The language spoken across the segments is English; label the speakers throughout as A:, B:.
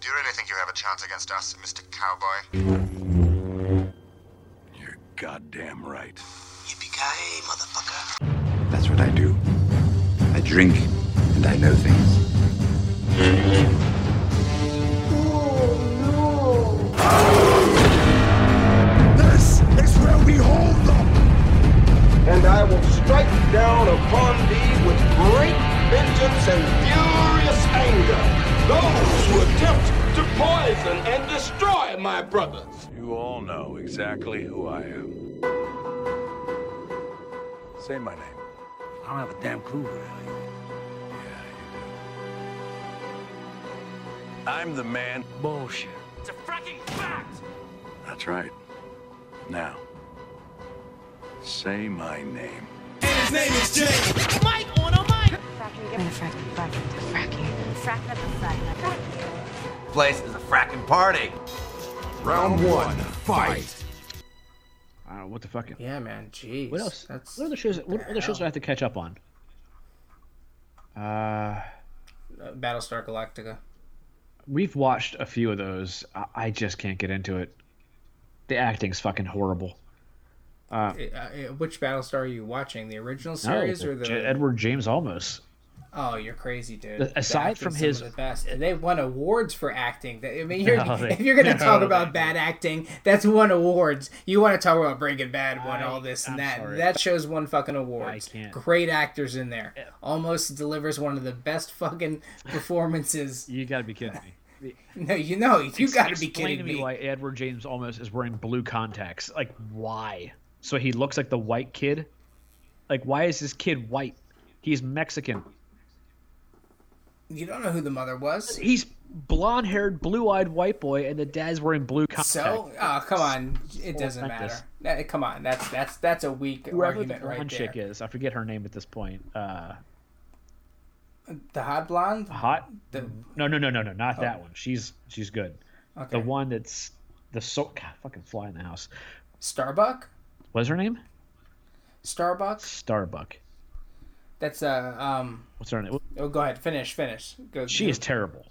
A: Do you really think you have a chance against us, Mr. Cowboy?
B: You're goddamn right.
C: Yippee-ki-yay, motherfucker.
B: That's what I do. I drink and I know things.
D: This is where we hold them.
E: and I will strike down upon thee with great vengeance and furious anger those who attempt to poison and destroy my brothers.
B: You all know exactly who I am. Say my name. I don't have a damn clue what I am. Yeah, you do. I'm the man. Bullshit.
F: It's a fracking fact!
B: That's right. Now, say my name.
F: Mike on a mic!
G: Fracking, give me fracking, fracking, fracking, fracking up the fracking.
C: Place is a fracking party.
D: Round one, fight.
H: I don't know what the fucking.
I: Yeah, man. Jeez.
H: What else?
I: That's
H: what other shows? What,
I: the
H: other shows do I
I: hell?
H: have to catch up on? Uh,
I: Uh, Battlestar Galactica.
H: we've watched a few of those. I, I just can't get into it. The acting's fucking horrible.
I: Uh, uh, which Battlestar are you watching? The original series
H: No,
I: or the?
H: J- Edward James Olmos.
I: Oh, you're crazy, dude.
H: The-
I: The
H: aside
I: acting's
H: from
I: some of
H: his-
I: the best. They won awards for acting. That- I mean, you're,
H: No, they-
I: if you're gonna
H: no,
I: talk
H: they
I: about bad acting, that's won awards. You want to talk about Breaking Bad, won
H: I-
I: all this
H: I'm
I: and that.
H: sorry.
I: That shows one fucking awards.
H: I can't.
I: Great actors in there. Almost delivers one of the best fucking performances.
H: You gotta be kidding me.
I: no, you know, you got to be
H: Explain
I: kidding
H: to me,
I: me.
H: why Edward James Olmos is wearing blue contacts. Like, why? So he looks like the white kid. Like, why is this kid white? He's Mexican.
I: You don't know who the mother was.
H: He's blonde-haired, blue-eyed white boy, and the dad's wearing blue contacts.
I: So, oh, come on, it doesn't
H: like
I: matter.
H: this.
I: That- come on, that's that's that's a weak
H: Whoever the
I: argument
H: blonde
I: right there.
H: chick is, I forget her name at this point. Uh,
I: The hot blonde.
H: hot?
I: The, Oh.
H: No, no, no, no, no, not that one. She's she's good.
I: okay.
H: The one that's the so God, fucking fly in the house.
I: Starbuck.
H: What's her name?
I: Starbucks.
H: Starbuck.
I: That's uh um.
H: What's her name?
I: Oh, go ahead. Finish. Finish. Go.
H: She is terrible.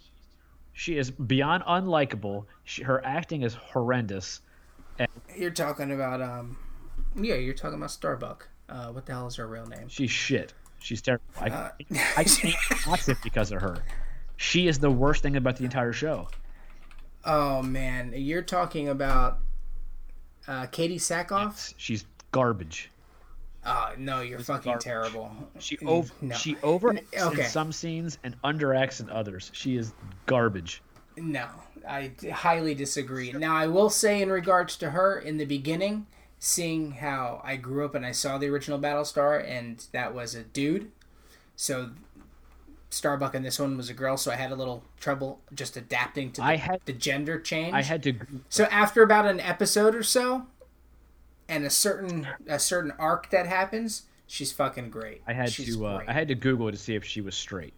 H: She is beyond unlikable. She, her acting is horrendous.
I: You're talking about um. Yeah, you're talking about Starbuck. Uh, what the hell is her real name?
H: She's shit. She's terrible. I,
I: Uh,
H: I can't watch it because of her. She is the worst thing about the entire show.
I: Oh man, you're talking about uh, Katie Sackhoff.
H: She's garbage.
I: Oh no, you're fucking
H: garbage.
I: terrible.
H: She
I: Mm,
H: over
I: no.
H: she over
I: okay.
H: in some scenes and underacts in others. She is garbage.
I: No, I d- highly disagree. Now, I will say, in regards to her, in the beginning, seeing how I grew up and I saw the original Battlestar, and that was a dude. So, Starbuck in this one was a girl, so I had a little trouble just adapting to the,
H: I had-
I: the gender change.
H: I had to
I: So after about an episode or so, and a certain a certain arc that happens, she's fucking great.
H: I had
I: She's
H: to uh,
I: great.
H: I had to Google to see if she was straight.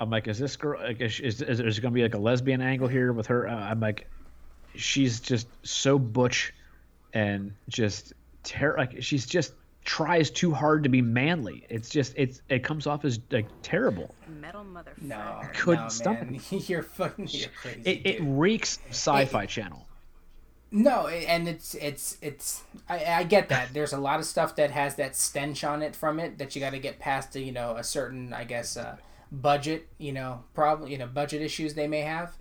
H: I'm like, is this girl like is is, is there gonna be like a lesbian angle here with her? Uh, I'm like, she's just so butch, and just ter- like she's just tries too hard to be manly. It's just it's it comes off as like terrible.
G: Metal motherfucker.
I: no,
H: couldn't
I: Oh, no,
H: stomach
I: man. You're fucking you're crazy.
H: It, it
I: dude.
H: reeks of Sci-Fi Channel.
I: No, a- and it's it's it's I, I get that. There's a lot of stuff that has that stench on it from it that you got to get past. The, you know, a certain I guess uh, budget. You know, problem. You know, budget issues they may have.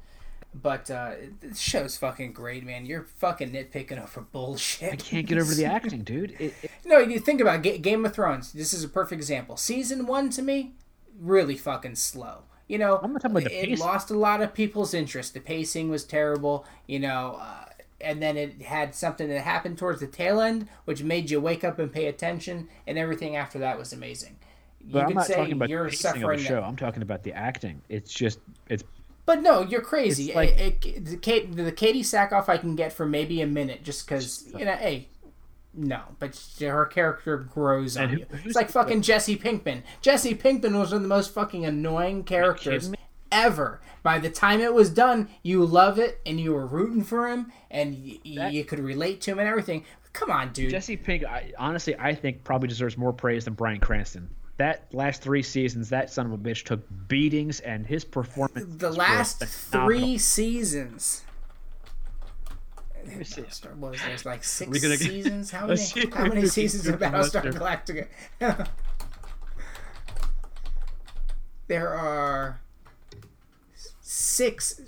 I: But uh, this show's fucking great, man. You're fucking nitpicking over bullshit.
H: I can't get over the acting, dude. It, it,
I: No, you think about it, Ga- Game of Thrones. This is a perfect example. Season one to me, really fucking slow. You know,
H: I'm not talking about the
I: it
H: pacing.
I: lost a lot of people's interest. The pacing was terrible. You know, uh, and then it had something that happened towards the tail end, which made you wake up and pay attention. And everything after that was amazing. You
H: but I'm
I: could
H: not
I: say
H: talking about
I: you're
H: the pacing of
I: suffering
H: the show. I'm talking about the acting. It's just it's
I: but no, you're crazy.
H: It's like-
I: It- it- the, Kate, the Katie Sackhoff I can get for maybe a minute just because, you know, hey, no, but her character grows on
H: who-
I: you.
H: who's
I: It's like
H: the-
I: fucking Jesse Pinkman. Jesse Pinkman was one of the most fucking annoying characters
H: me?
I: ever. By the time it was done, you love it and you were rooting for him and y- y- you could relate to him and everything. Come on, dude.
H: Jesse Pink, I, honestly, I think probably deserves more praise than Brian Cranston. that last three seasons, that son of a bitch took beatings, and his performance.
I: The last three seasons. Battlestar- What was there? It's like six
H: We gonna get-
I: seasons? How
H: Let's see
I: many,
H: if
I: how
H: we
I: many
H: can
I: seasons
H: do
I: of Battlestar
H: Monster.
I: Galactica? there are six.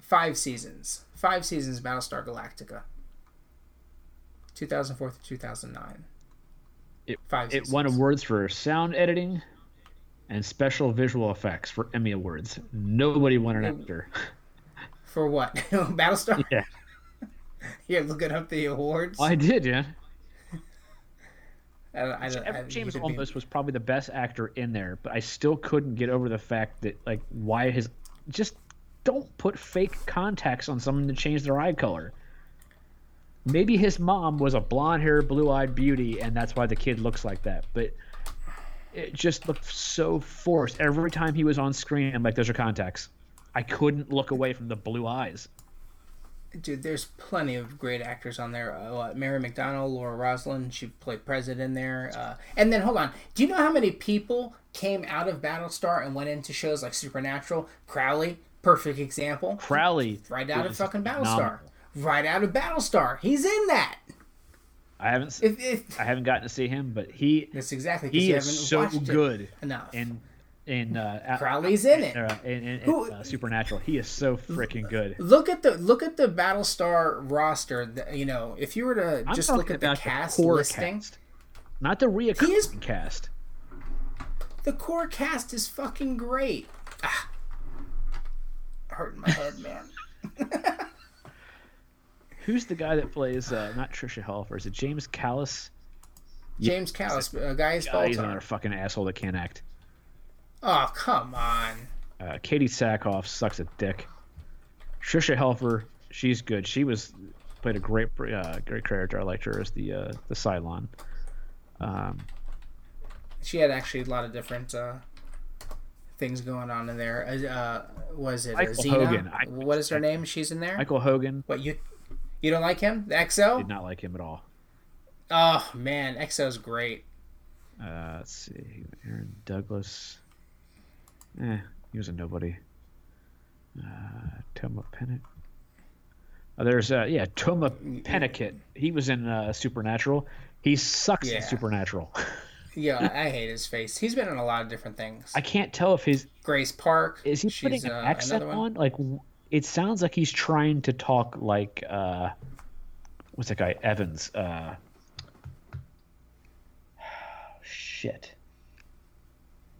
I: Five seasons. Five seasons of Battlestar Galactica. 2004 to 2009.
H: It-
I: Five
H: It won
I: seasons.
H: awards for sound editing and special visual effects for Emmy awards. Nobody won an actor.
I: For what? Battlestar?
H: Yeah.
I: You're looking up the awards?
H: I did, yeah.
I: I don't, I don't, I,
H: James
I: you could be-
H: almost was probably the best actor in there, but I still couldn't get over the fact that like why his just don't put fake contacts on someone to change their eye color. Maybe his mom was a blonde haired, blue eyed beauty, and that's why the kid looks like that. But it just looked so forced. Every time he was on screen, I'm like, those are contacts. I couldn't look away from the blue eyes.
I: Dude, there's plenty of great actors on there. Uh, Mary McDonnell, Laura Roslin, she played President there. Uh, and then, hold on, do you know how many people came out of Battlestar and went into shows like Supernatural? Crowley, perfect example.
H: Crowley.
I: Right out of
H: was
I: fucking Battlestar.
H: phenomenal.
I: Right out of Battlestar. He's in that.
H: I haven't s-
I: If, if,
H: I haven't gotten to see him, but he
I: that's exactly because
H: he
I: you
H: is
I: haven't
H: so
I: watched it
H: good.
I: enough.
H: in in uh, out-
I: Crowley's in it.
H: uh, in, in, in,
I: Who-
H: uh, Supernatural. He is so freaking good.
I: Look at the look at the Battlestar roster. th- You know, if you were to
H: I'm
I: just
H: talking
I: look at the
H: about
I: cast
H: core
I: listing,
H: cast, not the reoccurring
I: He is-
H: cast.
I: the core cast is fucking great. Ah, hurting my head, man.
H: Who's the guy that plays? Uh, not Trisha Helfer. Is it James Callis?
I: James Callis, uh, Gaius
H: Oh, he's
I: Baltar.
H: another fucking asshole that can't act.
I: Oh come on,
H: Uh, Katie Sackhoff sucks a dick. Trisha Helfer, she's good. She was played a great uh, great character. I liked her as the uh, the Cylon. Um,
I: she had actually a lot of different uh, things going on in there. Uh, Uh, was it uh,
H: Michael
I: Xena?
H: Hogan. I-
I: what is her name? She's in there.
H: Michael Hogan
I: What you you don't like him? The XO?
H: did not like him at all.
I: Oh man, XO's great.
H: Uh, let's see, Aaron Douglas. Eh, he was a nobody. Uh, Toma Pennicut. Oh, there's uh, yeah, Toma Pennicut. He was in uh, Supernatural. He sucks
I: Yeah.
H: in Supernatural.
I: Yeah, I hate his face. He's been in a lot of different things.
H: I can't tell if his
I: Grace Park.
H: is he putting
I: uh,
H: an accent on. Like w- it sounds like he's trying to talk like uh, what's that guy Evans? Uh, shit,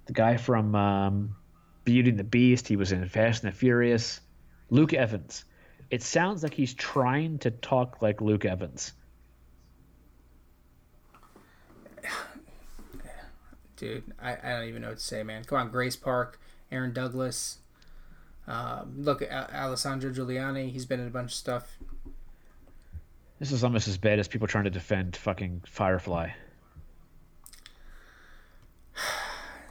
H: the guy from um, Beauty and the Beast. He was in Fast and the Furious. Luke Evans. It sounds like he's trying to talk like Luke Evans.
I: Dude, I, I don't even know what to say, man. Come on, Grace Park, Aaron Douglas. Um, look, A- Alessandro Giuliani. He's been in a bunch of stuff.
H: This is almost as bad as people trying to defend fucking Firefly.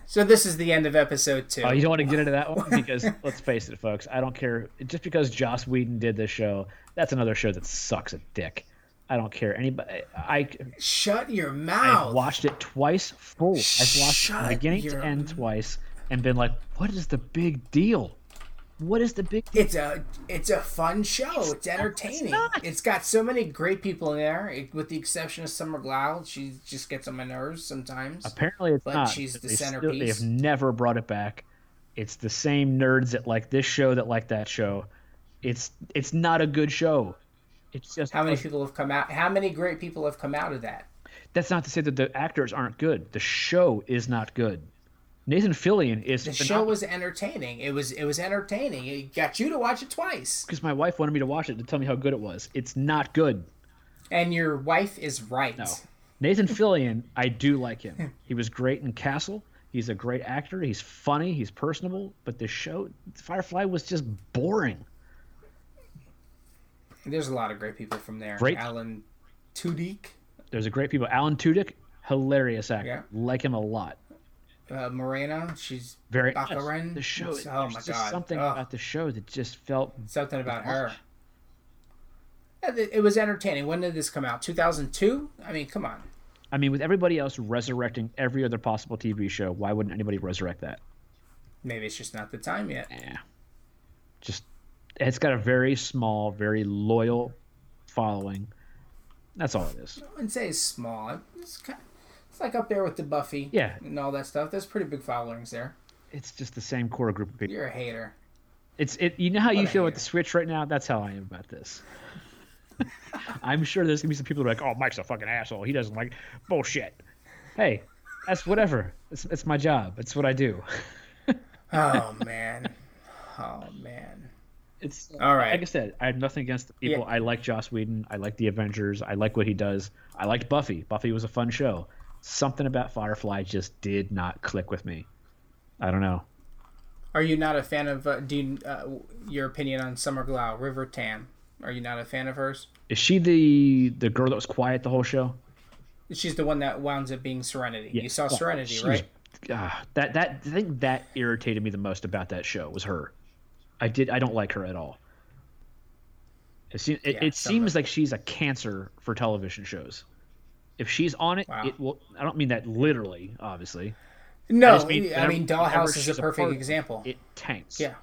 I: So this is the end of episode two.
H: Oh, you don't want to get into that one because let's face it, folks. I don't care. Just because Joss Whedon did this show, that's another show that sucks a dick. I don't care. Anybody, I
I: Shut your
H: I've
I: mouth.
H: watched it twice full. I've watched it
I: Shut
H: from beginning
I: your
H: to end twice and been like, what is the big deal? What is the big?
I: it's a it's a fun show. It's, entertaining.
H: not.
I: it's got so many great people in there, it, with the exception of Summer Glau. She just gets on my nerves sometimes.
H: Apparently, it's
I: Like,
H: not.
I: she's the
H: They still- They
I: centerpiece.
H: have never brought it back. It's the same nerds that like this show that like that show. It's it's not a good show. It's just
I: How many people have come out? How many great people have come out of that?
H: That's not to say that the actors aren't good. The show is not good. Nathan Fillion is
I: The show was entertaining. It was it was entertaining. It got you to watch it twice.
H: because my wife wanted me to watch it to tell me how good it was. It's not good.
I: And your wife is right.
H: No. Nathan Fillion, I do like him. He was great in Castle. He's a great actor. He's funny. He's personable. But the show, Firefly, was just boring.
I: There's a lot of great people from there.
H: Great.
I: Alan Tudyk,
H: There's a great people. Alan Tudyk, hilarious actor.
I: Yeah.
H: Like him a lot.
I: uh, Morena. She's
H: Very
I: Baccarin.
H: the show.
I: Oh my
H: there's just
I: god.
H: Something
I: Ugh,
H: about the show that just felt
I: something about her. It it was entertaining. When did this come out? 2002? I mean, come on.
H: I mean, with everybody else resurrecting every other possible TV show, why wouldn't anybody resurrect that?
I: Maybe it's just not the time yet.
H: Yeah. Just it's got a very small, very loyal following. That's all it is.
I: I wouldn't say it's small. It's, kind it's like up there with the Buffy
H: Yeah.
I: and all that stuff. There's pretty big followings there.
H: It's just the same core group of people.
I: You're a hater.
H: It's it. You know how you
I: What a
H: feel with
I: hater.
H: the Switch right now. That's how I am about this. I'm sure there's gonna be some people who are like, "Oh, Mike's a fucking asshole. He doesn't like bullshit." Hey, that's whatever. It's it's my job. It's what I do.
I: Oh, man. Oh, man.
H: It's
I: All right.
H: Like I said, I have nothing against the people.
I: Yeah.
H: I like Joss Whedon. I like the Avengers. I like what he does. I liked Buffy. Buffy was a fun show. Something about Firefly just did not click with me. I don't know.
I: Are you not a fan of uh, do you, uh, your opinion on Summer Glau, River Tam? Are you not a fan of hers?
H: Is she the the girl that was quiet the whole show?
I: She's the one that wound up being Serenity. You saw
H: Yeah.
I: Serenity,
H: Oh, She was-
I: right?
H: ah, that that I think that irritated me the most about that show was her. I did I don't like her at all. It seems it,
I: Yeah,
H: it
I: some of
H: seems like she's a cancer for television shows. If she's on it,
I: Wow.
H: it will. I don't mean that literally, obviously.
I: No, I
H: just mean whenever-
I: mean
H: whenever
I: Dollhouse is a
H: she's a
I: perfect
H: part-
I: example.
H: It tanks.
I: Yeah.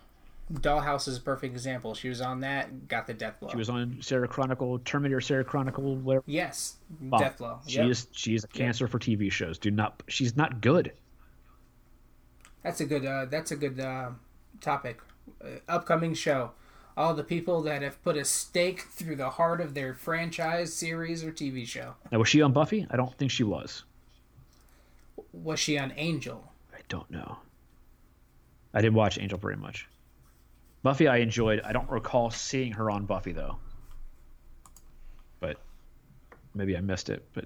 I: Dollhouse is a perfect example. She was on that, got the death blow.
H: she was on Sarah Chronicle, Terminator, Sarah Chronicle, whatever.
I: yes,
H: Fuck.
I: death blow.
H: She
I: Yep.
H: is she is a cancer for TV shows. Do not. She's not good.
I: That's a good. Uh, that's a good uh, topic. Uh, upcoming show. All the people that have put a stake through the heart of their franchise, series, or TV show.
H: Now was she on Buffy? I don't think she was.
I: Was she on Angel?
H: I don't know. I didn't watch Angel very much. Buffy, I enjoyed. I don't recall seeing her on Buffy though. But maybe I missed it. But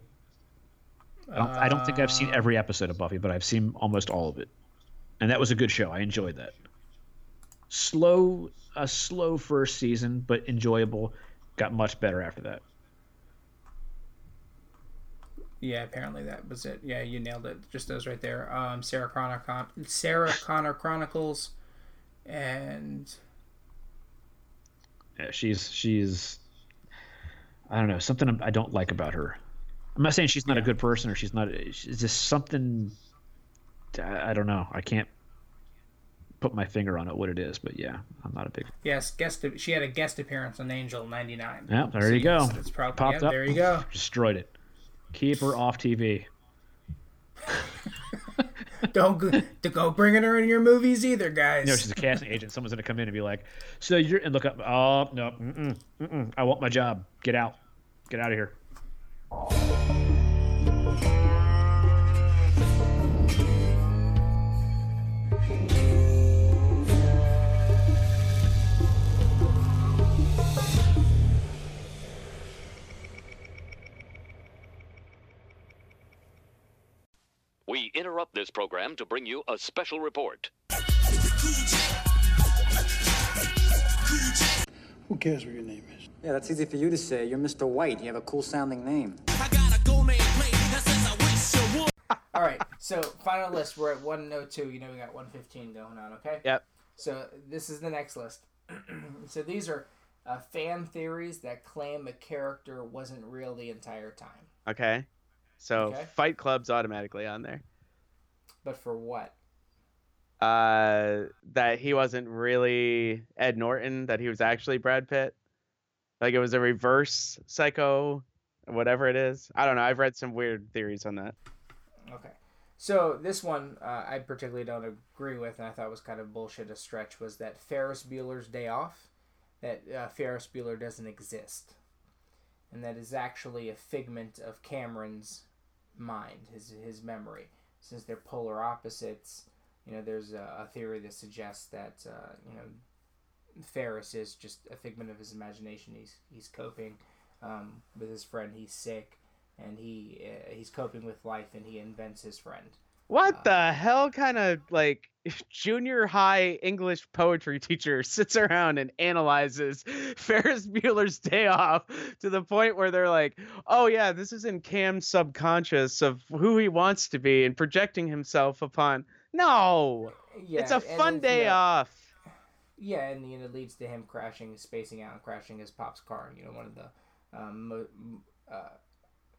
H: I don't, I don't think I've seen every episode of Buffy, but I've seen almost all of it, and that was a good show. I enjoyed that. Slow, a slow first season, but enjoyable. Got much better after that.
I: Yeah, apparently that was it. Yeah, you nailed it. Just those right there. Um, Sarah Connor, Con- Sarah Connor Chronicles, and
H: Yeah, she's she's I don't know something I don't like about her. I'm not saying she's not a good person or she's not. It's just something I I don't know. I can't put my finger on it what it is, but yeah, I'm not a big.
I: yes, guest. She had a guest appearance on Angel '99.
H: Yeah, there you go.
I: That's probably
H: Popped
I: yeah,
H: up.
I: There you go.
H: Destroyed it. Keep her off TV.
I: Don't go, to go bringing her in your movies either, guys.
H: You know, she's a casting agent. Someone's gonna come in and be like, "So you're," and look up. Oh no, mm-mm, mm-mm, I want my job. Get out. Get out of here.
J: We interrupt this program to bring you a special report.
K: Who cares what your name is?
L: Yeah, that's easy for you to say. You're Mr. White. You have a cool sounding name.
I: All right. So final list. We're at 102. You know we got 115 going on. Okay.
C: Yep.
I: So this is the next list. so these are uh, fan theories that claim a character wasn't real the entire time.
M: Okay. So
I: Okay.
M: Fight Club's automatically on there.
I: But for what?
M: Uh, that he wasn't really Ed Norton, that he was actually Brad Pitt. Like it was a reverse psycho, whatever it is. I don't know. I've read some weird theories on that.
I: Okay. So this one uh, I particularly don't agree with, and I thought was kind of bullshit. A stretch was that Ferris Bueller's Day Off, that uh, Ferris Bueller doesn't exist, and that is actually a figment of Cameron's mind, his his memory. Since they're polar opposites, you know, there's a, a theory that suggests that uh, you know Ferris is just a figment of his imagination. He's he's coping um, with his friend. He's sick, and he uh, he's coping with life, and he invents his friend.
M: What
I: Um,
M: the hell kind of like junior high English poetry teacher sits around and analyzes Ferris Bueller's day off to the point where they're like, oh yeah, this is in Cam's subconscious of who he wants to be and projecting himself upon. No, it's
I: Yeah,
M: a
I: and
M: fun
I: it's
M: day
I: not-
M: off.
I: yeah, and you know, it leads to him crashing, spacing out, and crashing his pop's car. and You know, one of the um, mo- uh,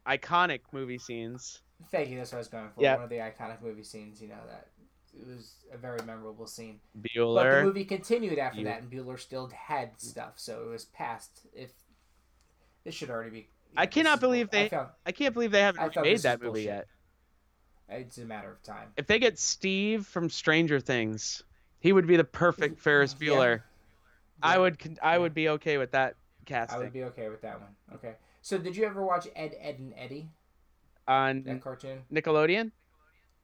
M: Iconic movie scenes.
I: Thank you. That's what I was going for.
M: Yeah.
I: One of the iconic movie scenes. You know that it was a very memorable scene. But
M: Bueller.
I: the movie continued after
M: You-
I: that, and Bueller still had stuff, so it was past. If this should already be,
M: I cannot believe they. I,
I: found-
M: can't believe they
I: I
M: haven't
I: thought
M: made
I: this
M: that
I: was
M: movie
I: bullshit.
M: yet.
I: it's a matter of time.
M: If they get Steve from Stranger Things, he would be the perfect Ferris Bueller. I would. con- I would be okay with that
I: I
M: casting.
I: would be okay with that one. Okay. So did you ever watch Ed, Ed and Eddie?
M: On
I: That cartoon?
M: Nickelodeon,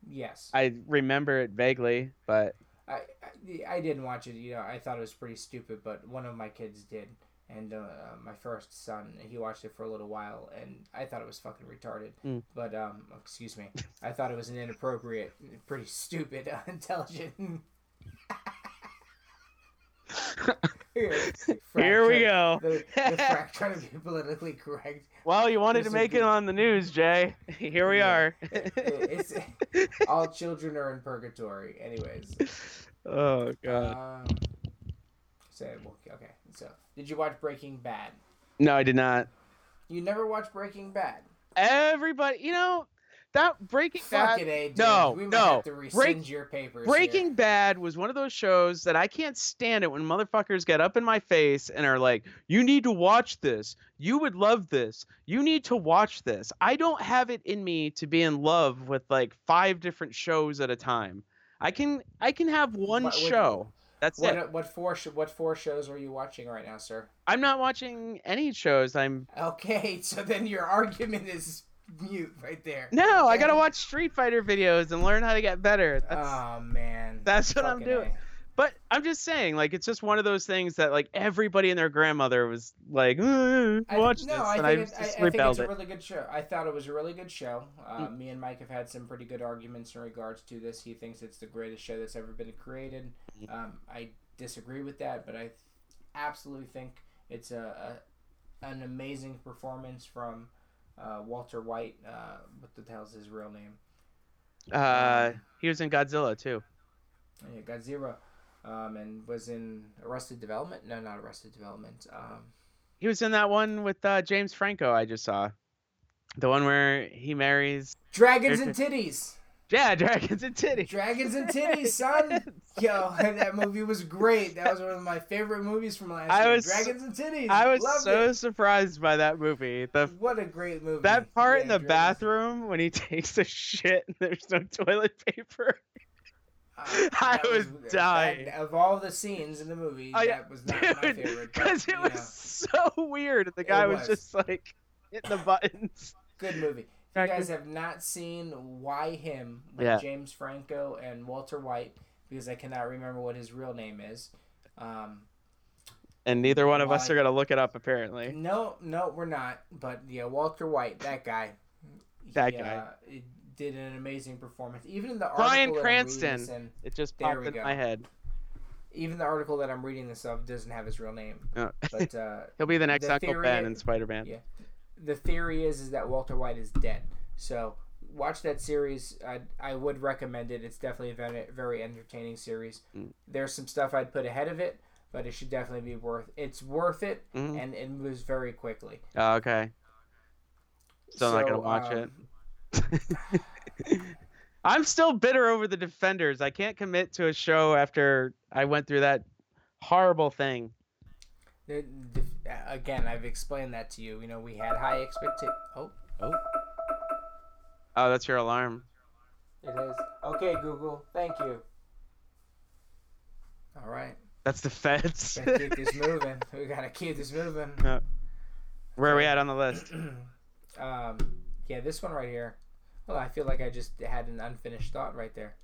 I: Yes.
M: Mm-hmm. I remember it vaguely, but
I: I, I I didn't watch it. You know, I thought it was pretty stupid, but one of my kids did, and uh, my first son, he watched it for a little while, and I thought it was fucking retarded.
M: Mm.
I: But um, excuse me, I thought it was an inappropriate, pretty stupid, intelligent.
M: Here we go.
I: The, the frack trying to be politically correct.
M: well, you wanted to
I: This would
M: make
I: be-
M: it on the news, Jay. Here we are.
I: It's, all children are in purgatory. Anyways.
M: oh god.
I: Um, so well, okay. So did you watch Breaking Bad?
M: no, I did not.
I: You never watched Breaking Bad.
M: Everybody, you know that Breaking
I: Fuck
M: Bad.
I: it, eh, dude.
M: no,
I: we might
M: no.
I: have to rescind
M: Break-
I: your papers.
M: Breaking Bad was one of those shows that I can't stand it when motherfuckers get up in my face and are like, "You need to watch this. You would love this. You need to watch this." I don't have it in me to be in love with like five different shows at a time. I can I can have one
I: What- what-
M: show. That's
I: Here.
M: it.
I: What what four sh- what four shows are you watching right now, sir?
M: I'm not watching any shows. I'm
I: Okay, so then your argument is mute right there.
M: No, I gotta
I: Okay?
M: watch Street Fighter videos and learn how to get better. That's
I: Oh man.
M: that's what I'm
I: Fucking
M: doing.
I: A.
M: But I'm just saying, like, it's just one of those things that like everybody and their grandmother was like, "Uh,
I: I-
M: watch
I: no,
M: this, and
I: I think,
M: I
I: it-
M: just
I: I, I think
M: rebelled
I: it's a
M: it. Mm.
I: really good show. I thought it was a really good show. Uh, Me and Mike have had some pretty good arguments in regards to this. He thinks it's the greatest show that's ever been created. Um, I disagree with that, but I absolutely think it's a, a an amazing performance from uh, Walter White. Uh, what the hell's his real name?
M: Uh, he was in Godzilla too.
I: Yeah, Godzilla, um, and was in Arrested Development. No, not Arrested Development. Um,
M: He was in that one with uh, James Franco I just saw, the one where he marries.
I: Dragons and Titties.
M: Yeah, dragons and titties.
I: Dragons and Titties, son. Yo, that movie was great. That was one of my favorite movies from last
M: I
I: year.
M: was-
I: Dragons and Titties.
M: I was
I: Loved
M: so
I: it.
M: surprised by that movie. The
I: What a great movie.
M: that part
I: Yeah,
M: in the
I: Dragons-
M: bathroom when he takes a shit and there's no toilet paper. I
I: Uh, that
M: was
I: that-
M: dying.
I: of all the scenes in the movie,
M: Oh, yeah.
I: that was not my favorite. but,
M: because
I: you
M: it
I: know,
M: was so weird. The guy was.
I: was.
M: just like hitting the buttons.
I: good movie. If you
M: Dragons-
I: guys have not seen Why Him with
M: Yeah.
I: James Franco and Walter White, because I cannot remember what his real name is. Um,
M: And neither one of us
I: Why?
M: are gonna look it up apparently.
I: No, no, we're not. But yeah, Walter White, that guy.
M: That
I: he,
M: guy.
I: uh, he did an amazing performance. Even in the
M: Brian
I: article that I'm reading
M: Cranston.
I: this in-
M: It just
I: There
M: popped
I: we
M: in
I: go.
M: my head.
I: even the article that I'm reading this of doesn't have his real name.
M: Oh.
I: But uh,
M: He'll be the next
I: the
M: Uncle
I: theory
M: Ben
I: is-
M: in Spider Man.
I: yeah. the theory is is that Walter White is dead. So watch that series. I I would recommend it. It's definitely a very, very entertaining series.
M: Mm.
I: There's some stuff I'd put ahead of it, but it should definitely be worth. It's worth it,
M: Mhm.
I: and it moves very quickly.
M: Oh, okay. Still not gonna
I: So,
M: watch
I: um,
M: it. I'm still bitter over the Defenders. I can't commit to a show after I went through that horrible thing.
I: The- the- Again, I've explained that to you. You know, we had high expectations. Oh, oh,
M: Oh, that's your alarm.
I: it is. Okay, Google. Thank you. All right.
M: That's the feds.
I: Gotta keep this moving. We gotta keep this moving.
M: Uh, Where are we at on the list?
I: Um, yeah, this one right here. Well, I feel like I just had an unfinished thought right there.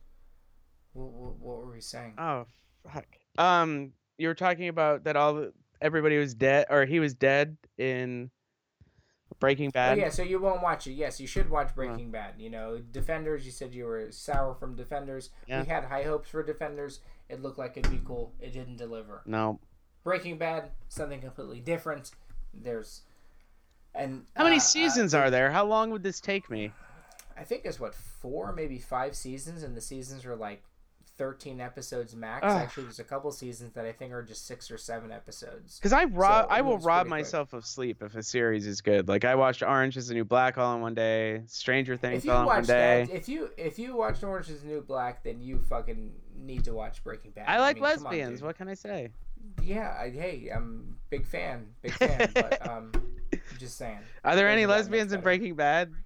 I: What, what, what were we saying?
M: Oh fuck. Um, you were talking about that all the- everybody was dead, or he was dead in Breaking
I: Oh,
M: Bad.
I: yeah, so you won't watch it. Yes, you should watch Breaking Bad. You know, Defenders, you said you were sour from Defenders.
M: Yeah.
I: We had high hopes for Defenders. It looked like it'd be cool. It didn't deliver.
M: No.
I: Breaking Bad, something completely different. There's. And
M: How many
I: uh, uh,
M: seasons are there? How long would this take me?
I: I think it's what four, maybe five seasons, and the seasons are like 13 episodes max.
M: Ugh.
I: Actually, there's a couple seasons that I think are just six or seven episodes.
M: Because I rob,
I: So it
M: I will
I: moves
M: rob
I: pretty quick.
M: myself of sleep if a series is good. Like I watched Orange Is the New Black all in one day, Stranger Things
I: If you
M: all in one
I: watch
M: day.
I: that, if you if you watch Orange Is the New Black, then you fucking need to watch Breaking Bad.
M: I like
I: mean, come on,
M: lesbians.
I: dude.
M: what can I say?
I: yeah, I, hey, I'm big fan, big fan. but um, just saying.
M: Are there any
I: Breaking Bad much
M: lesbians in
I: better.
M: Breaking Bad?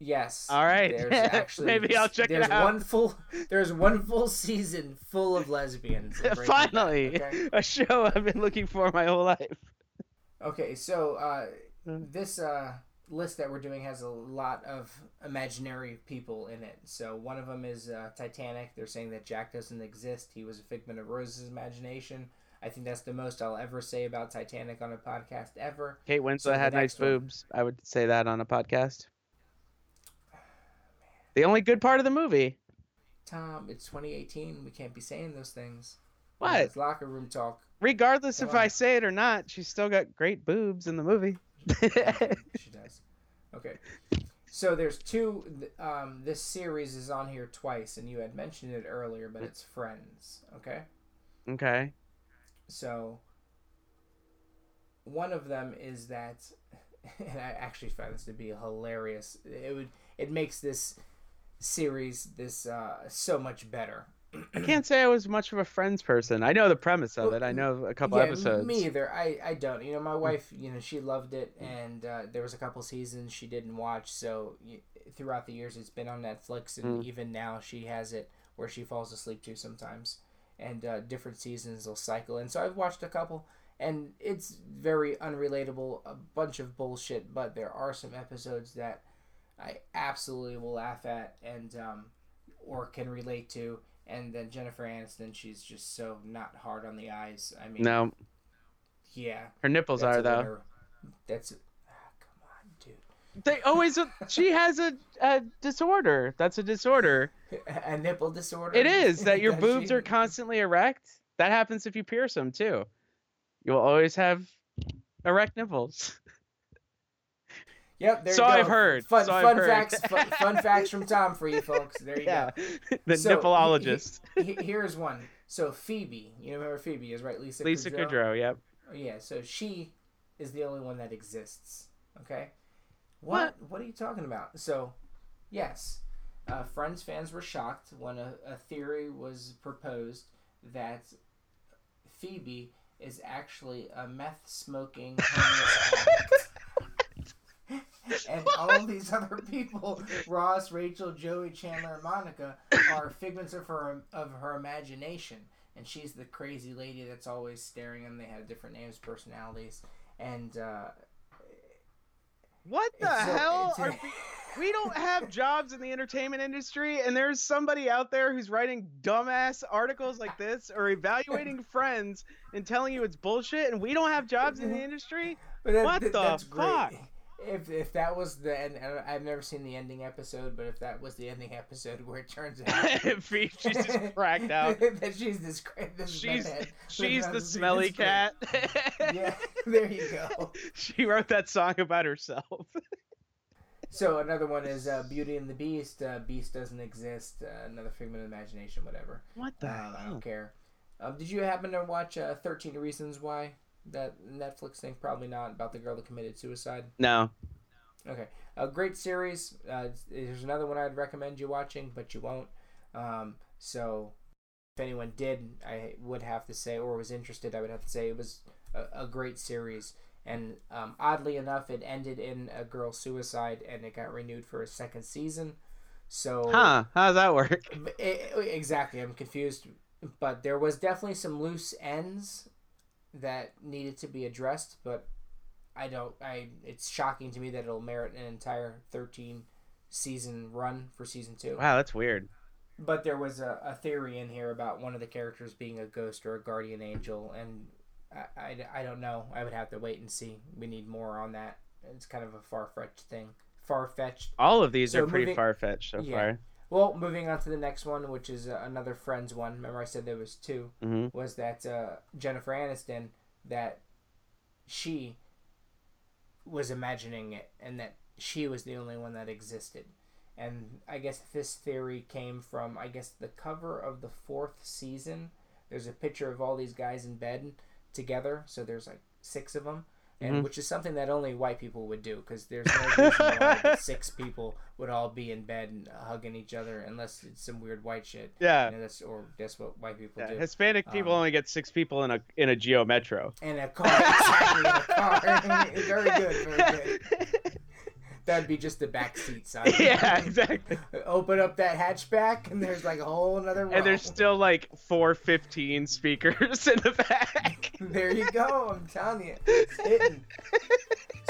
I: Yes.
M: All right.
I: There's actually
M: Maybe I'll check it
I: there's
M: out.
I: One full, there's one full season full of lesbians. in Breaking Bad,
M: Finally,
I: okay?
M: a show I've been looking for my whole life.
I: Okay, so uh,
M: Hmm.
I: this uh, list that we're doing has a lot of imaginary people in it. So one of them is uh, Titanic. They're saying that Jack doesn't exist. He was a figment of Rose's imagination. I think that's the most I'll ever say about Titanic on a podcast ever.
M: Kate
I: So
M: Winslet
I: the
M: had nice
I: next one-
M: boobs. I would say that on a podcast. The only good part of the movie.
I: Tom, it's 2018. We can't be saying those things.
M: What?
I: It's locker room talk.
M: Regardless if
I: Come on.
M: I say it or not, she's still got great boobs in the movie.
I: she does. Okay. So there's two. th- Um, this series is on here twice, and you had mentioned it earlier, but it's Friends. Okay.
M: okay.
I: So one of them is that, and I actually found this to be hilarious. It would it makes this series this uh, so much better.
M: I can't say I was much of a Friends person. I know the premise of it. I know a couple
I: yeah,
M: episodes. Mm.
I: Me either. I, I don't. You know, my wife, you know, she loved it, and uh, there was a couple seasons she didn't watch. So y- throughout the years, it's been on Netflix, and
M: Mm.
I: even now she has it where she falls asleep to sometimes. And uh, different seasons will cycle. And so I've watched a couple, and it's very unrelatable, a bunch of bullshit, but there are some episodes that I absolutely will laugh at and um, or can relate to. And then Jennifer Aniston, she's just so not hard on the eyes. I mean,
M: No,
I: yeah.
M: her nipples
I: that's
M: are
I: a
M: though.
I: winner. That's ah, a-
M: They always. she has a, a disorder. That's a disorder.
I: a nipple disorder.
M: It is that your
I: Does
M: boobs
I: she?
M: are constantly erect. That happens if you pierce them too. You'll always have erect nipples.
I: Yep. There
M: so
I: you go.
M: I've heard,
I: Fun,
M: so I've
I: fun
M: heard.
I: facts. Fun, fun facts from Tom for you folks. There you
M: Yeah.
I: go.
M: The
I: So, he-
M: nippleologist.
I: he- here's one. So Phoebe, you remember Phoebe is right, Lisa. Oh,
M: Lisa Kudrow. Yep.
I: Yeah. So she is the only one that exists. Okay. What? What are you talking about? So, yes, uh, Friends fans were shocked when a, a theory was proposed that Phoebe is actually a meth smoking homeless addict. and all these other people Ross, Rachel, Joey, Chandler, and Monica are figments of her of her imagination. And she's the crazy lady that's always staring them. They have different names, personalities, and uh,
M: What the
I: It's a-
M: hell?
I: it's a-
M: Are we, we don't have jobs in the entertainment industry, and there's somebody out there who's writing dumbass articles like this or evaluating friends and telling you it's bullshit, and we don't have jobs in the industry?
I: But that-
M: what
I: that-
M: the
I: that's
M: fuck?
I: Great. If, if that was the and and I've never seen the ending episode, but if that was the ending episode where it turns out
M: Phoebe, she's just cracked out.
I: that she's this cra- this
M: She's
I: meth head who
M: she's the
I: runs the
M: smelly
I: industry.
M: cat.
I: yeah, there you go.
M: She wrote that song about herself.
I: So another one is uh, Beauty and the Beast. Uh, Beast doesn't exist. Uh, another figment of imagination, whatever.
M: What the
I: Um, I
M: hell?
I: don't care. Um, did you happen to watch uh, Thirteen Reasons Why? That Netflix thing, probably not about the girl that committed suicide.
M: No.
I: Okay, a great series. Uh, there's another one I'd recommend you watching, but you won't. Um, so, if anyone did, I would have to say, or was interested, I would have to say it was a, a great series. And um, oddly enough, it ended in a girl's suicide, and it got renewed for a second season. So,
M: Huh. How does that work?
I: but it- it- Eh, oh, exactly. I'm confused, but there was definitely some loose ends that needed to be addressed. But I don't. I. It's shocking to me that it'll merit an entire 13 season run for season two.
M: Wow, that's weird.
I: But there was a, a theory in here about one of the characters being a ghost or a guardian angel, and I, I, I don't know. I would have to wait and see. We need more on that. It's kind of a far fetched thing. Far fetched.
M: All of these
I: So
M: are pretty
I: moving-
M: far fetched so
I: yeah.
M: far.
I: Well, moving on to the next one, which is uh, another Friends one. Remember, I said there was 2
M: Mhm.
I: Was that uh, Jennifer Aniston that she was imagining it, and that she was the only one that existed, And I guess this theory came from, I guess, the cover of the fourth season. There's a picture of all these guys in bed together. So there's like six of them. And
M: Mhm.
I: which is something that only white people would do because there's no reason why that six people would all be in bed and hugging each other unless it's some weird white shit.
M: Yeah.
I: You know, that's, or that's what white people
M: Yeah,
I: do. Um,
M: Hispanic people only get six people in a in a Geo Metro.
I: And a car, exactly. A car. very good, very good. That'd be just the back seat side.
M: Yeah, exactly.
I: Open up that hatchback, and there's like a whole another. Row.
M: And there's still like four fifteen speakers in the back.
I: there you go. I'm telling you, it's hidden.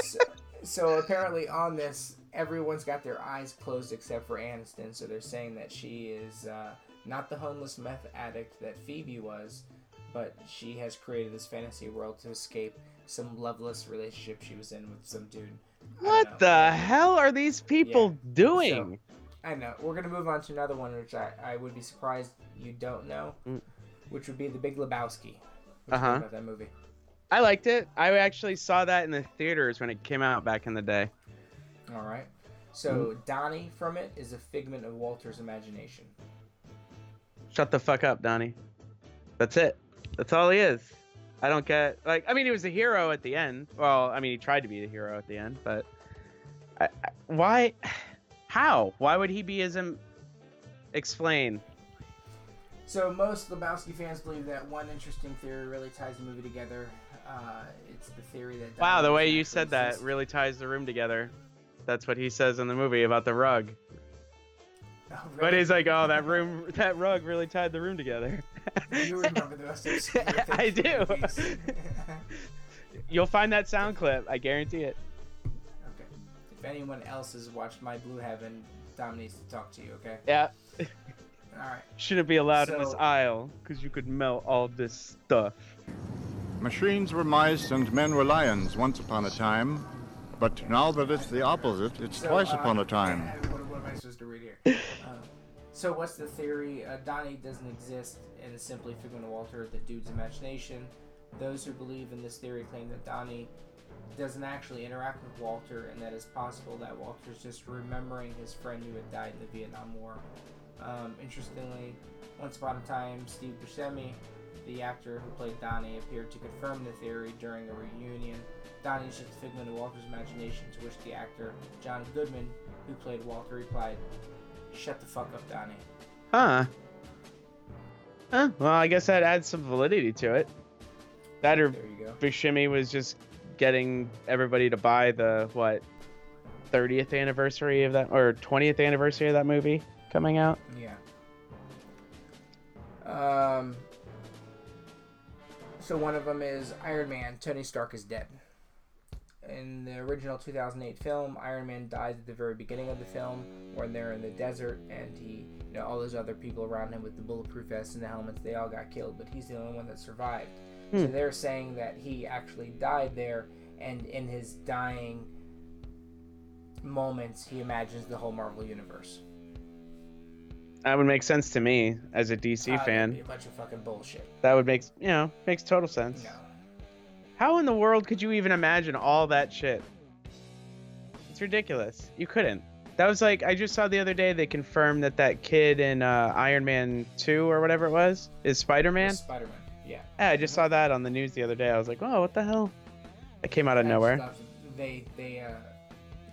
I: So, so apparently, on this, everyone's got their eyes closed except for Aniston. So they're saying that she is uh, not the homeless meth addict that Phoebe was, but she has created this fantasy world to escape some loveless relationship she was in with some dude.
M: What the hell are these people doing?
I: I know. We're gonna move on to another one, which I, I would be surprised you don't know,
M: Mm.
I: which would be The Big Lebowski. What you think
M: Uh-huh.
I: About that movie.
M: I liked it. I actually saw that in the theaters when it came out back in the day.
I: All right. So Donnie from it is a figment of Walter's imagination.
M: Shut the fuck up, Donnie. That's it. That's all he is. I don't get like I mean he was a hero at the end. Well, I mean he tried to be the hero at the end, but I, I, why? How? Why would he be as him? Explain.
I: So most Lebowski fans believe that one interesting theory really ties the movie together. Uh, it's the theory that
M: Wow,
I: Donnie
M: the way
I: was
M: you
I: actually
M: said that
I: sus-
M: really ties the room together. That's what he says in the movie about the rug.
I: Oh,
M: But
I: really?
M: he's like, oh, that room, that rug really tied the room together.
I: You remember the most obscure things
M: I
I: from
M: do.
I: movies.
M: You'll find that sound clip. I guarantee it.
I: Okay. If anyone else has watched My Blue Heaven, Dom needs to talk to you, okay?
M: Yeah.
I: All right.
M: Shouldn't be allowed in this
I: So-
M: aisle because you could melt all this stuff.
N: Machines were mice and men were lions once upon a time. But now that it's the opposite, it's
I: So,
N: twice
I: uh,
N: upon a time.
I: What, what am I supposed to read here? Uh, so, what's the theory? Uh, Donnie doesn't exist and is simply a figment of Walter, of the dude's imagination. Those who believe in this theory claim that Donnie doesn't actually interact with Walter and that it's possible that Walter's just remembering his friend who had died in the Vietnam War. Um, interestingly, once upon a time, Steve Buscemi, the actor who played Donnie, appeared to confirm the theory during a reunion. Donnie is just a figment of Walter's imagination, to which the actor, John Goodman, who played Walter, replied, Shut the fuck up, Donnie.
M: Huh. Huh. Well, I guess that adds some validity to it. That or
I: There you go.
M: Buscemi was just getting everybody to buy the what 30th anniversary of that or 20th anniversary of that movie coming out.
I: Yeah. Um. So one of them is Iron Man. Tony Stark is dead. In the original 2008 film, Iron Man dies at the very beginning of the film when they're in the desert, and he, you know, all those other people around him with the bulletproof vests and the helmets, they all got killed, but he's the only one that survived. So
M: Hmm.
I: they're saying that he actually died there, and in his dying moments, he imagines the whole Marvel universe.
M: That would make sense to me as a DC
I: Uh,
M: fan.
I: A bunch of fucking bullshit.
M: That would make you know makes total sense. How in the world could you even imagine all that shit? It's ridiculous. You couldn't. That was like I just saw the other day. They confirmed that that kid in uh, Iron Man Two or whatever it was is Spider Man.
I: Spider Man. Yeah.
M: Yeah, I just saw that on the news the other day. I was like, oh, what the hell? That came out of
I: That
M: nowhere.
I: stuff, They they uh,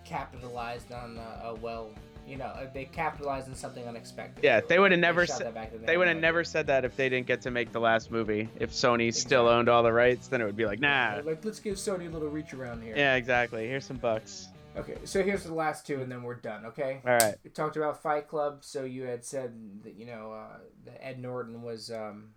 I: capitalized on uh, a well, you know, uh, they capitalized on something unexpected.
M: Yeah, they would have never
I: shot
M: said
I: that back to the
M: they would have
I: headline.
M: never said that if they didn't get to make the last movie. If Sony still owned all the rights, then it would be like, nah.
I: They're Like, let's give Sony a little reach around here.
M: Yeah, exactly. Here's some bucks.
I: Okay, so here's the last two, and then we're done. Okay.
M: All right.
I: We talked about Fight Club, so you had said that you know uh, that Ed Norton was um,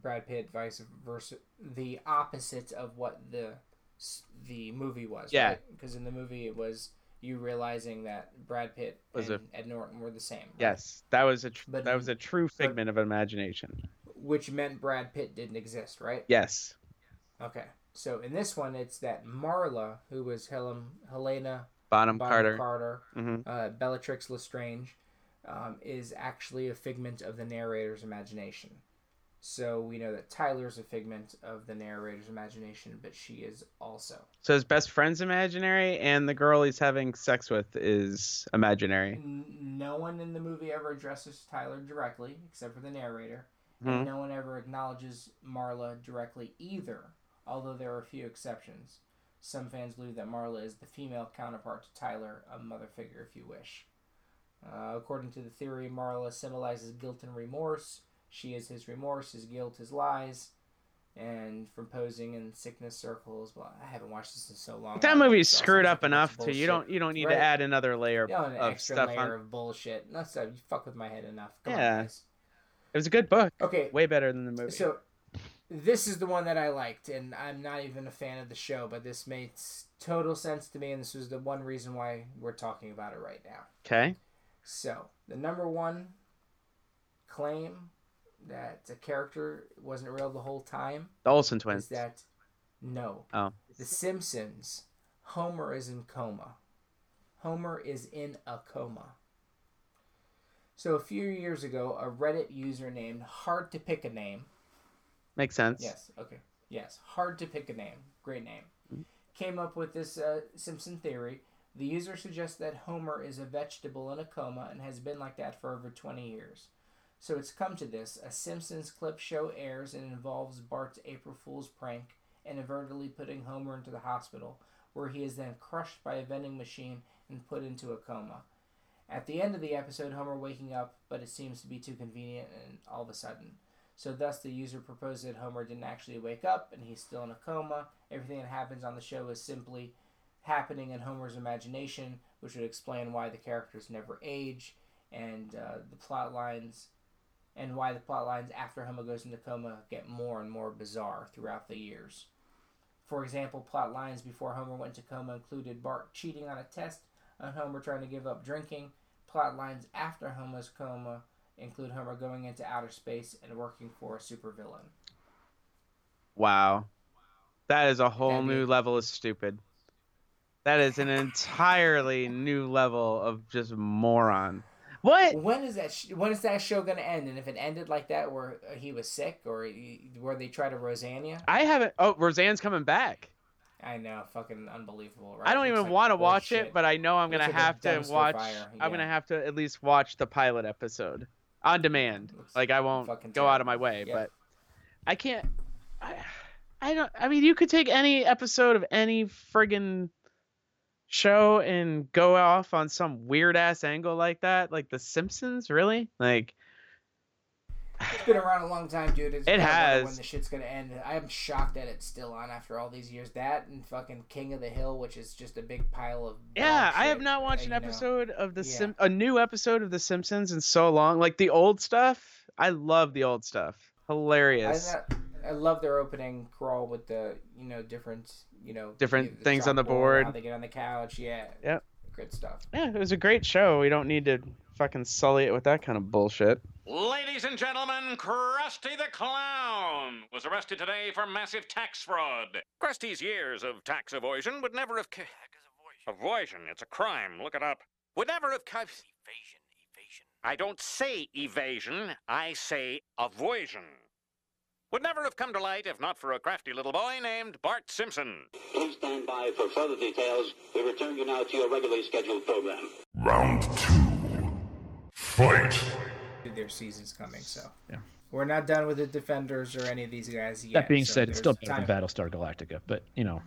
I: Brad Pitt, vice versa, the opposite of what the s- the movie was.
M: Yeah.
I: Because in the movie, it was you realizing that Brad Pitt
M: Was a-
I: and Ed Norton were the same.
M: Yes, that was a tr- that was a true figment of imagination.
I: which meant Brad Pitt didn't exist, right?
M: Yes.
I: Okay. So in this one, it's that Marla, who was Helen, Helena
M: Bonham Carter. Mhm.
I: Carter, uh, Bellatrix Lestrange, um, is actually a figment of the narrator's imagination. So we know that Tyler's a figment of the narrator's imagination, but she is also.
M: So his best friend's imaginary, and the girl he's having sex with is imaginary.
I: N- No one in the movie ever addresses Tyler directly, except for the narrator.
M: Mhm.
I: And no one ever acknowledges Marla directly either, although there are a few exceptions. Some fans believe that Marla is the female counterpart to Tyler, a mother figure, if you wish. Uh, according to the theory, Marla symbolizes guilt and remorse. She is his remorse, his guilt, his lies, and from posing in sickness circles. Well, I haven't watched this in so long.
M: But that
I: movie
M: movie's screwed up enough to you don't you don't need to add another layer
I: yeah, an
M: of
I: extra
M: stuff
I: layer
M: on.
I: of bullshit. Not so you fuck with my head enough. Come on,
M: yeah,
I: guys.
M: it was a good book.
I: Okay,
M: way better than the movie.
I: So this is the one that I liked, and I'm not even a fan of the show, but this makes total sense to me, and this was the one reason why we're talking about it right now.
M: okay,
I: So the number one claim that a character wasn't real the whole time
M: the Olsen twins.
I: is that no,
M: Oh,
I: The Simpsons, Homer is in coma. Homer is in a coma. So a few years ago, a Reddit user named Hard to Pick a Name
M: makes sense.
I: Yes. Okay. Yes. Hard to pick a name. Great name. Came up with this uh, Simpson theory. The user suggests that Homer is a vegetable in a coma and has been like that for over 20 years. So it's come to this. A Simpsons clip show airs and involves Bart's April Fool's prank and inadvertently putting Homer into the hospital, where he is then crushed by a vending machine and put into a coma. At the end of the episode, Homer waking up, but it seems to be too convenient and all of a sudden. So thus the user proposed that Homer didn't actually wake up and he's still in a coma. Everything that happens on the show is simply happening in Homer's imagination, which would explain why the characters never age and uh, the plot lines and why the plot lines after Homer goes into coma get more and more bizarre throughout the years. For example, plot lines before Homer went to coma included Bart cheating on a test and Homer trying to give up drinking. Plot lines after Homer's coma include Homer going into outer space and working for a supervillain.
M: Wow, that is a whole new level of stupid. That is an entirely new level of just moron. What?
I: When is that? Sh- when is that show gonna end? And if it ended like that, where uh, he was sick, or he- where they try to Roseanne you?
M: I haven't. Oh, Roseanne's coming back.
I: I know, fucking unbelievable. Right?
M: I don't
I: Looks
M: even
I: like
M: want to
I: bullshit.
M: watch it, but I know I'm
I: Looks
M: gonna
I: like a
M: have to
I: dumpster
M: watch.
I: fire,
M: I'm gonna
I: yeah.
M: have to at least watch the pilot episode on demand. like I won't go out of my way, but I can't. I, I don't. I mean, you could take any episode of any friggin' show and go off on some weird ass angle like that, like The Simpsons. Really? Like
I: It's been around a long time, dude. It's
M: It
I: I wonder
M: has.
I: When the shit's gonna end? I'm shocked that it's still on after all these years. That and fucking King of the Hill, which is just a big pile of.
M: Yeah,
I: dog
M: I have
I: shit,
M: not
I: uh,
M: watched an
I: you know.
M: episode of the Sim a new episode of The Simpsons in so long. Like the old stuff, I love the old stuff. Hilarious.
I: I, I love their opening crawl with the you know different you know
M: Different
I: the
M: things on the
I: chalkboard,
M: board.
I: How they get on the couch, yeah.
M: Yep.
I: Good stuff.
M: Yeah, it was a great show. We don't need to fucking sully it with that kind of bullshit.
J: Ladies and gentlemen, Krusty the Clown was arrested today for massive tax fraud. Krusty's years of tax evasion would never have. Ca- evasion. It's a crime. Look it up. Would never have. Ca- evasion. Evasion. I don't say evasion. I say avoision. Would never have come to light if not for a crafty little boy named Bart Simpson.
O: Please stand by for further details. We return you now to your regularly scheduled program.
D: Round two. Fight.
I: Their season's coming, so yeah. We're not done with the defenders or any of these guys yet.
H: that being
I: so
H: said, it's
I: there's
H: still better
I: time-
H: than Battlestar Galactica, but you know,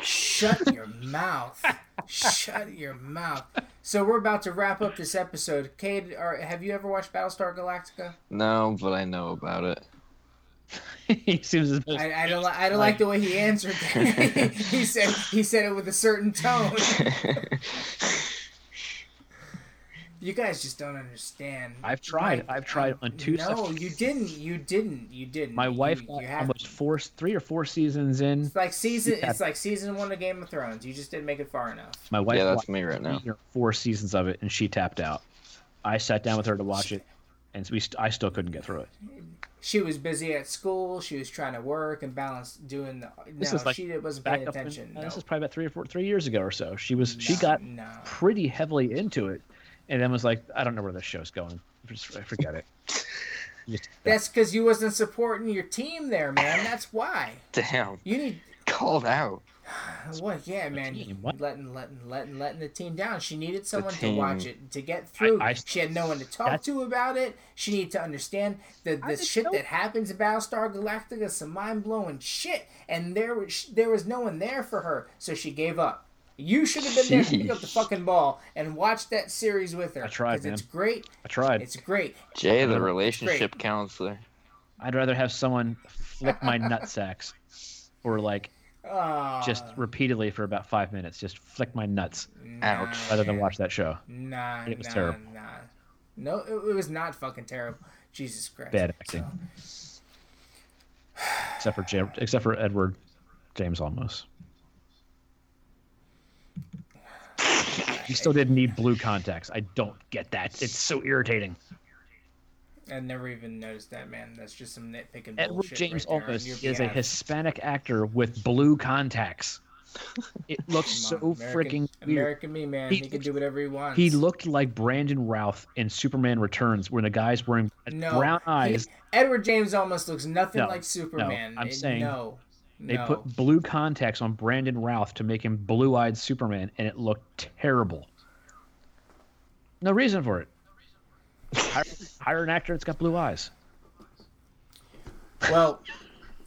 I: Shut your mouth. Shut your mouth. So we're about to wrap up this episode. Cade, are, have you ever watched Battlestar Galactica?
P: No, but I know about it.
H: he seems as
I: I, I don't. Li- I don't like the way he answered. That. he said. He said it with a certain tone. you guys just don't understand.
H: I've tried.
I: My-
H: I've tried on two.
I: No, you didn't. You didn't. You didn't.
H: My
I: You-
H: wife
I: You,
H: got
I: you have.
H: almost four, three or four seasons in.
I: It's like season.
H: Yeah.
I: It's like season one of Game of Thrones. You just didn't make it far enough.
H: My wife
P: Yeah, that's
H: watched
P: me right now.
H: three or Four seasons of it, and she tapped out. I sat down with her to watch it, and we st- I still couldn't get through it.
I: She was busy at school. She was trying to work and balance doing the.
H: This
I: no,
H: is like
I: she did- wasn't
H: back
I: paying
H: up in-
I: attention.
H: uh,
I: no.
H: This is probably about three or four, three years ago or so. She was she got pretty heavily into it, and then was like, I don't know where this show's going. Just- I forget it.
I: That's because you wasn't supporting your team there, man. That's why.
H: Damn.
I: You need
H: called out.
I: What? Yeah, man. Letting, letting, letting, letting the team down. She needed someone to watch it to get through.
H: I- I-
I: she had no one to talk
H: that's-
I: to about it. She needed to understand the the
Q: just
I: shit
Q: don't-
I: that happens in Battlestar Galactica. is Some mind blowing shit, and there was there was no one there for her, so she gave up. You should have been there to pick up the fucking ball and watch that series with her. I
M: tried,
I: It's
M: man.
I: great.
M: I tried.
I: It's great.
H: Jay, the
M: Great.
H: relationship counselor.
M: I'd rather have someone flick my nut sacks, or like
I: Oh,
M: just repeatedly for about five minutes, just flick my nuts.
I: Ouch.
M: Rather than watch that show.
I: Nah,
M: It was
I: nah,
M: terrible.
I: Nah. No, it, it was not fucking terrible. Jesus Christ.
M: Bad acting. Except for Jam- except for Edward James almost. He still didn't need blue contacts. I don't get that. It's so irritating.
I: I never even noticed that, man. That's just some nitpicking
M: Edward
I: bullshit
M: James
I: right there on
M: almost
I: your
M: is a
I: behalf.
M: Hispanic actor with blue contacts. It looks so
I: Come on, American-
M: freaking weird.
I: American me, man. He,
M: He
I: can do whatever he wants.
M: He looked like Brandon Routh in Superman Returns when the guy's wearing
I: no,
M: brown
I: he-
M: eyes.
I: Edward James almost looks nothing
M: No,
I: like Superman.
M: no, I'm
I: It-
M: saying
I: no.
M: They
I: no.
M: put blue contacts on Brandon Routh to make him blue eyed Superman, and it looked terrible. No reason for it. Hire, hire an actor that's got blue eyes.
I: Well,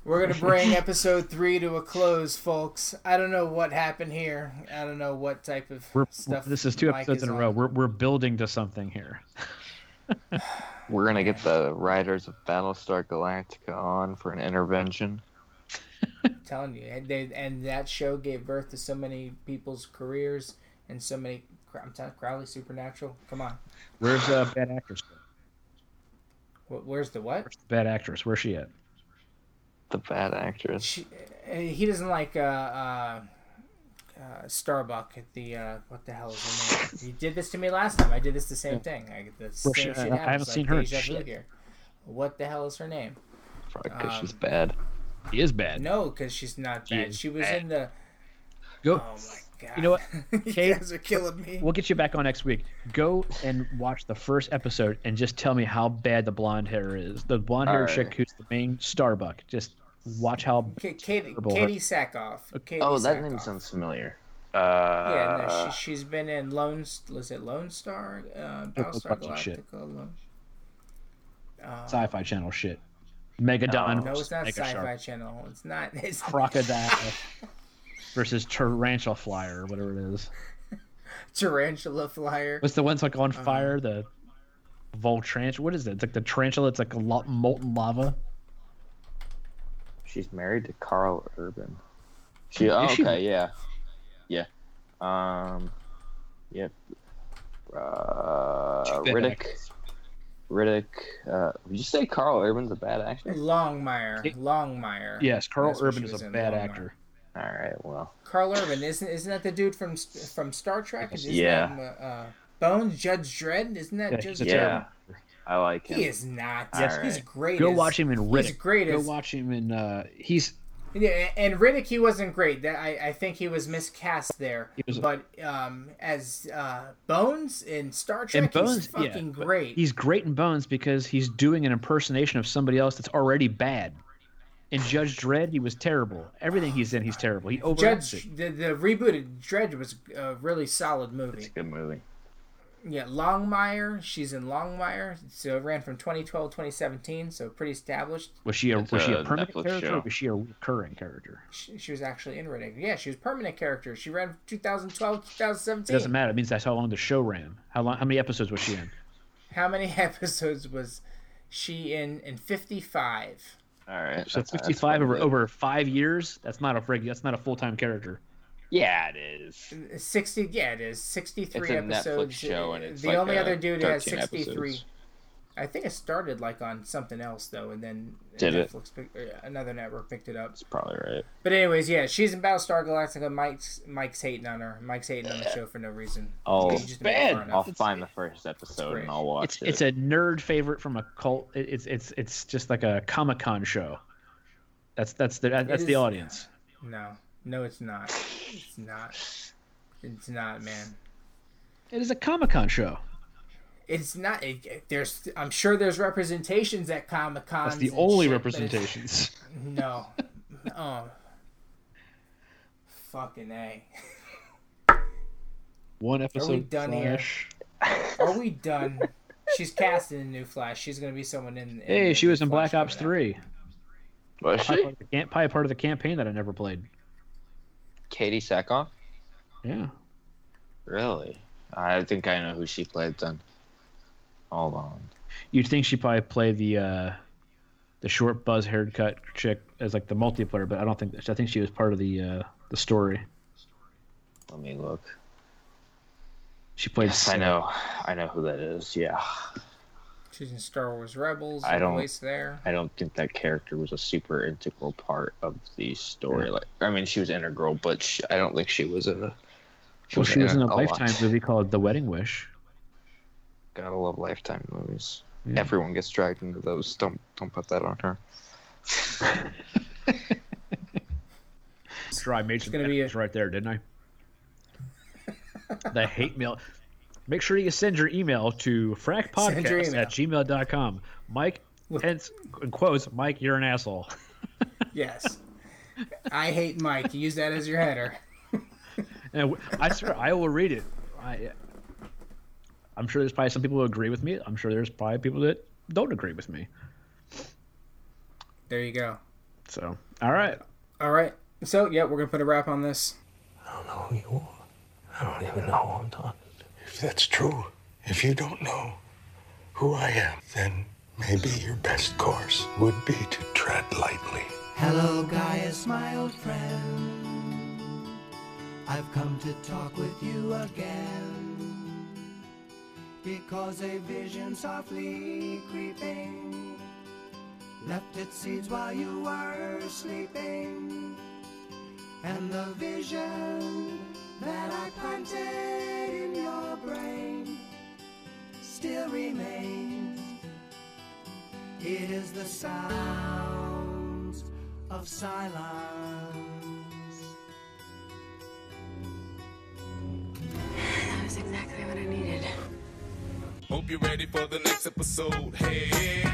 I: we're gonna bring episode three to a close, folks. I don't know what happened here. I don't know what type of
M: We're,
I: stuff.
M: this is two
I: Mike
M: episodes
I: is
M: in a
I: on.
M: row. We're, we're building to something here.
H: We're gonna get the writers of Battlestar Galactica on for an intervention.
I: telling you, and, they, and that show gave birth to so many people's careers and so many. I'm telling Crowley Supernatural. Come on,
M: Where's uh, bad actress?
I: Wh- where's the what?
M: Bad actress. Where's she at?
H: The bad actress.
I: Uh, He doesn't like uh, uh, uh, Starbuck. At the uh, what the hell is her name? he did this to me last time. I did this the same thing. I, the same
M: Well, shit,
I: shit
M: I- I haven't
I: happens, like
M: seen her in
I: deja vu
M: shit.
I: Here. What the hell is her name?
H: Probably 'cause she's
I: Um,
H: bad.
M: She is bad.
I: No, because she's not
M: She
I: bad.
M: is
I: She was
M: bad.
I: in the.
M: Go.
I: Oh my god.
M: You know what?
I: you
M: Kate-
I: guys are killing me.
M: We'll get you back on next week. Go and watch the first episode and just tell me how bad the blonde hair is. The blonde hair
H: Alright.
M: chick who's the main Starbuck. Just watch how.
I: Ka- Katie,
M: Terrible.
I: Katie Sackhoff. Katie
H: oh, that
I: Sackhoff.
H: name sounds familiar.
I: Yeah,
H: Uh,
I: no, she, she's been in Lone. S- Was it Lone Star? Uh,
M: Triple
I: Battlestar
M: bunch of shit.
I: Galactica. Lone. Uh,
M: Sci-fi Channel shit. Megadon.
I: No, it's not
M: versus
I: Sci-Fi
M: Megashark.
I: Channel. It's not. It's
M: Crocodile versus Tarantula Flyer, or whatever it is.
I: Tarantula Flyer.
M: What's the ones like on fire? the Voltranch. What is it? It's like the tarantula. It's like a lot molten lava.
H: she's married to Carl Urban. She. Oh,
M: Is
H: okay,
M: she-
H: yeah, yeah. Um, yep. Uh,
M: bad
H: Riddick. Riddick. Uh, did you say Carl Urban's a bad actor?
I: Longmire. Longmire.
M: Yes, Carl
I: That's what
M: Urban
I: she
M: is
I: was
M: a
I: in,
M: bad
I: Longmire.
M: actor.
H: All right. Well,
I: Carl Urban isn't isn't that the dude from from Star Trek? Is his
H: Yeah.
I: name, uh, uh, Bones Judge Dredd. Isn't that
M: Yeah,
I: Judge
M: he's a
I: Dredd?
M: terrible
H: yeah, I like him.
I: He is not.
H: Yes.
I: He's
H: Alright.
I: great.
M: Go
I: as-
M: watch him in Riddick.
I: He's great
M: Go
I: as-
M: watch him in. Uh, he's
I: Yeah, and Riddick he wasn't great. That I, I think he was miscast there.
M: He was-
I: but um, as uh, Bones in Star Trek,
M: and Bones.
I: he's fucking
M: yeah, but
I: great.
M: He's great in Bones because he's doing an impersonation of somebody else that's already bad. In Judge Dredd, he was terrible. Everything he's in, he's terrible. He over.
I: Judge the, the rebooted Dredge was a really solid movie.
H: Good movie.
I: Yeah, Longmire. She's in Longmire. So it ran from 2012 2017. So pretty established.
M: Was she a
H: It's
M: was she a
H: a
M: permanent
H: Netflix
M: character?
H: show.
M: Or was she a recurring character?
I: She, she was actually in Riddick. Yeah, she was a permanent character. She ran from 2012
M: It
I: 2017.
M: doesn't matter. It means that's how long the show ran. How long? How many episodes was she in?
I: How many episodes was she in? In 55.
H: All right.
M: So
H: that's- that's
M: fifty-five
H: pretty
M: over
H: good.
M: over five years. That's not a reg. That's not a full-time character.
H: Yeah, it is.
I: 60 yeah it is 63
H: It's a Netflix
I: episodes
H: show, and it's
I: the
H: like,
I: only
H: uh,
I: other dude who has
H: 13 episodes.
I: 63 i think it started like on something else though and then
H: Did it?
I: netflix pick- or another network picked it up
H: Probably right.
I: but anyways yeah she's in battlestar galactica mike's mike's hating on her mike's hating on the show for no reason
H: Oh,
I: He's just making fun of
H: I'll
I: her.
H: find the first episode
I: great.
H: and I'll watch
M: It's
H: it.
M: it's a nerd favorite from a cult. it- It's it's it's just like a Comic Con show. That's that's the that's the
I: is-
M: audience.
I: no no it's not it's not it's not man
M: It is a Comic Con show.
H: it's not. It, it- there's, I'm sure there's representations at Comic Con.
N: That's the only representations.
H: No. um. Fucking a.
N: One
H: Are we
N: episode
H: done
N: flash.
H: here? Are we done? She's casting a new Flash. She's gonna be someone in. in
N: Hey, she was in Black Ops Three.
M: Was
N: she? Probably part, of the, cam- probably part of the campaign that I never played.
M: Katie Sackhoff?
N: Yeah.
M: Really? I think I know who she played then. Hold on.
N: You'd think she probably played the uh, the short buzz haircut chick as like the multiplayer, but I don't think I think she was part of the uh, the story.
M: Let me look.
N: She played.
M: Yes, I know. I know who that is. Yeah.
H: She's in Star Wars Rebels.
M: I
H: the
M: don't-
H: Voice there.
M: I don't think that character was a super integral part of the story. Like, I mean, she was integral, but she, I don't think she was in a.
N: Well, she was in a,
M: it lot.
N: Lifetime movie called The Wedding Wish.
M: Gotta love Lifetime movies. Everyone gets dragged into those. Don't don't put that on her.
N: Sure, I made some edits right there, didn't I? the hate mail. Make sure you send your email to
H: Send your
N: frackpodcast
H: email.
N: at gmail.com. Mike, hence, in quotes, Mike, you're an asshole.
H: Yes. I hate Mike. Use that as your header.
N: And w- I swear, I will read it. I, I'm sure there's probably some people who agree with me. I'm sure there's probably people that don't agree with me.
H: There you go.
N: So, all right.
H: All right. So yeah, we're gonna put a wrap on this.
B: I don't even know who I'm talking to. If that's true, if you don't know who I am, then maybe your best course would be to tread lightly.
I: Hello, Gaius, my old friend. I've come to talk with you again. Because a vision softly creeping left its seeds while you were sleeping. And the vision that I planted in your brain still remains. It is the sounds of silence.
R: That was exactly what I needed.
B: Hope you're ready for the next episode. Hey.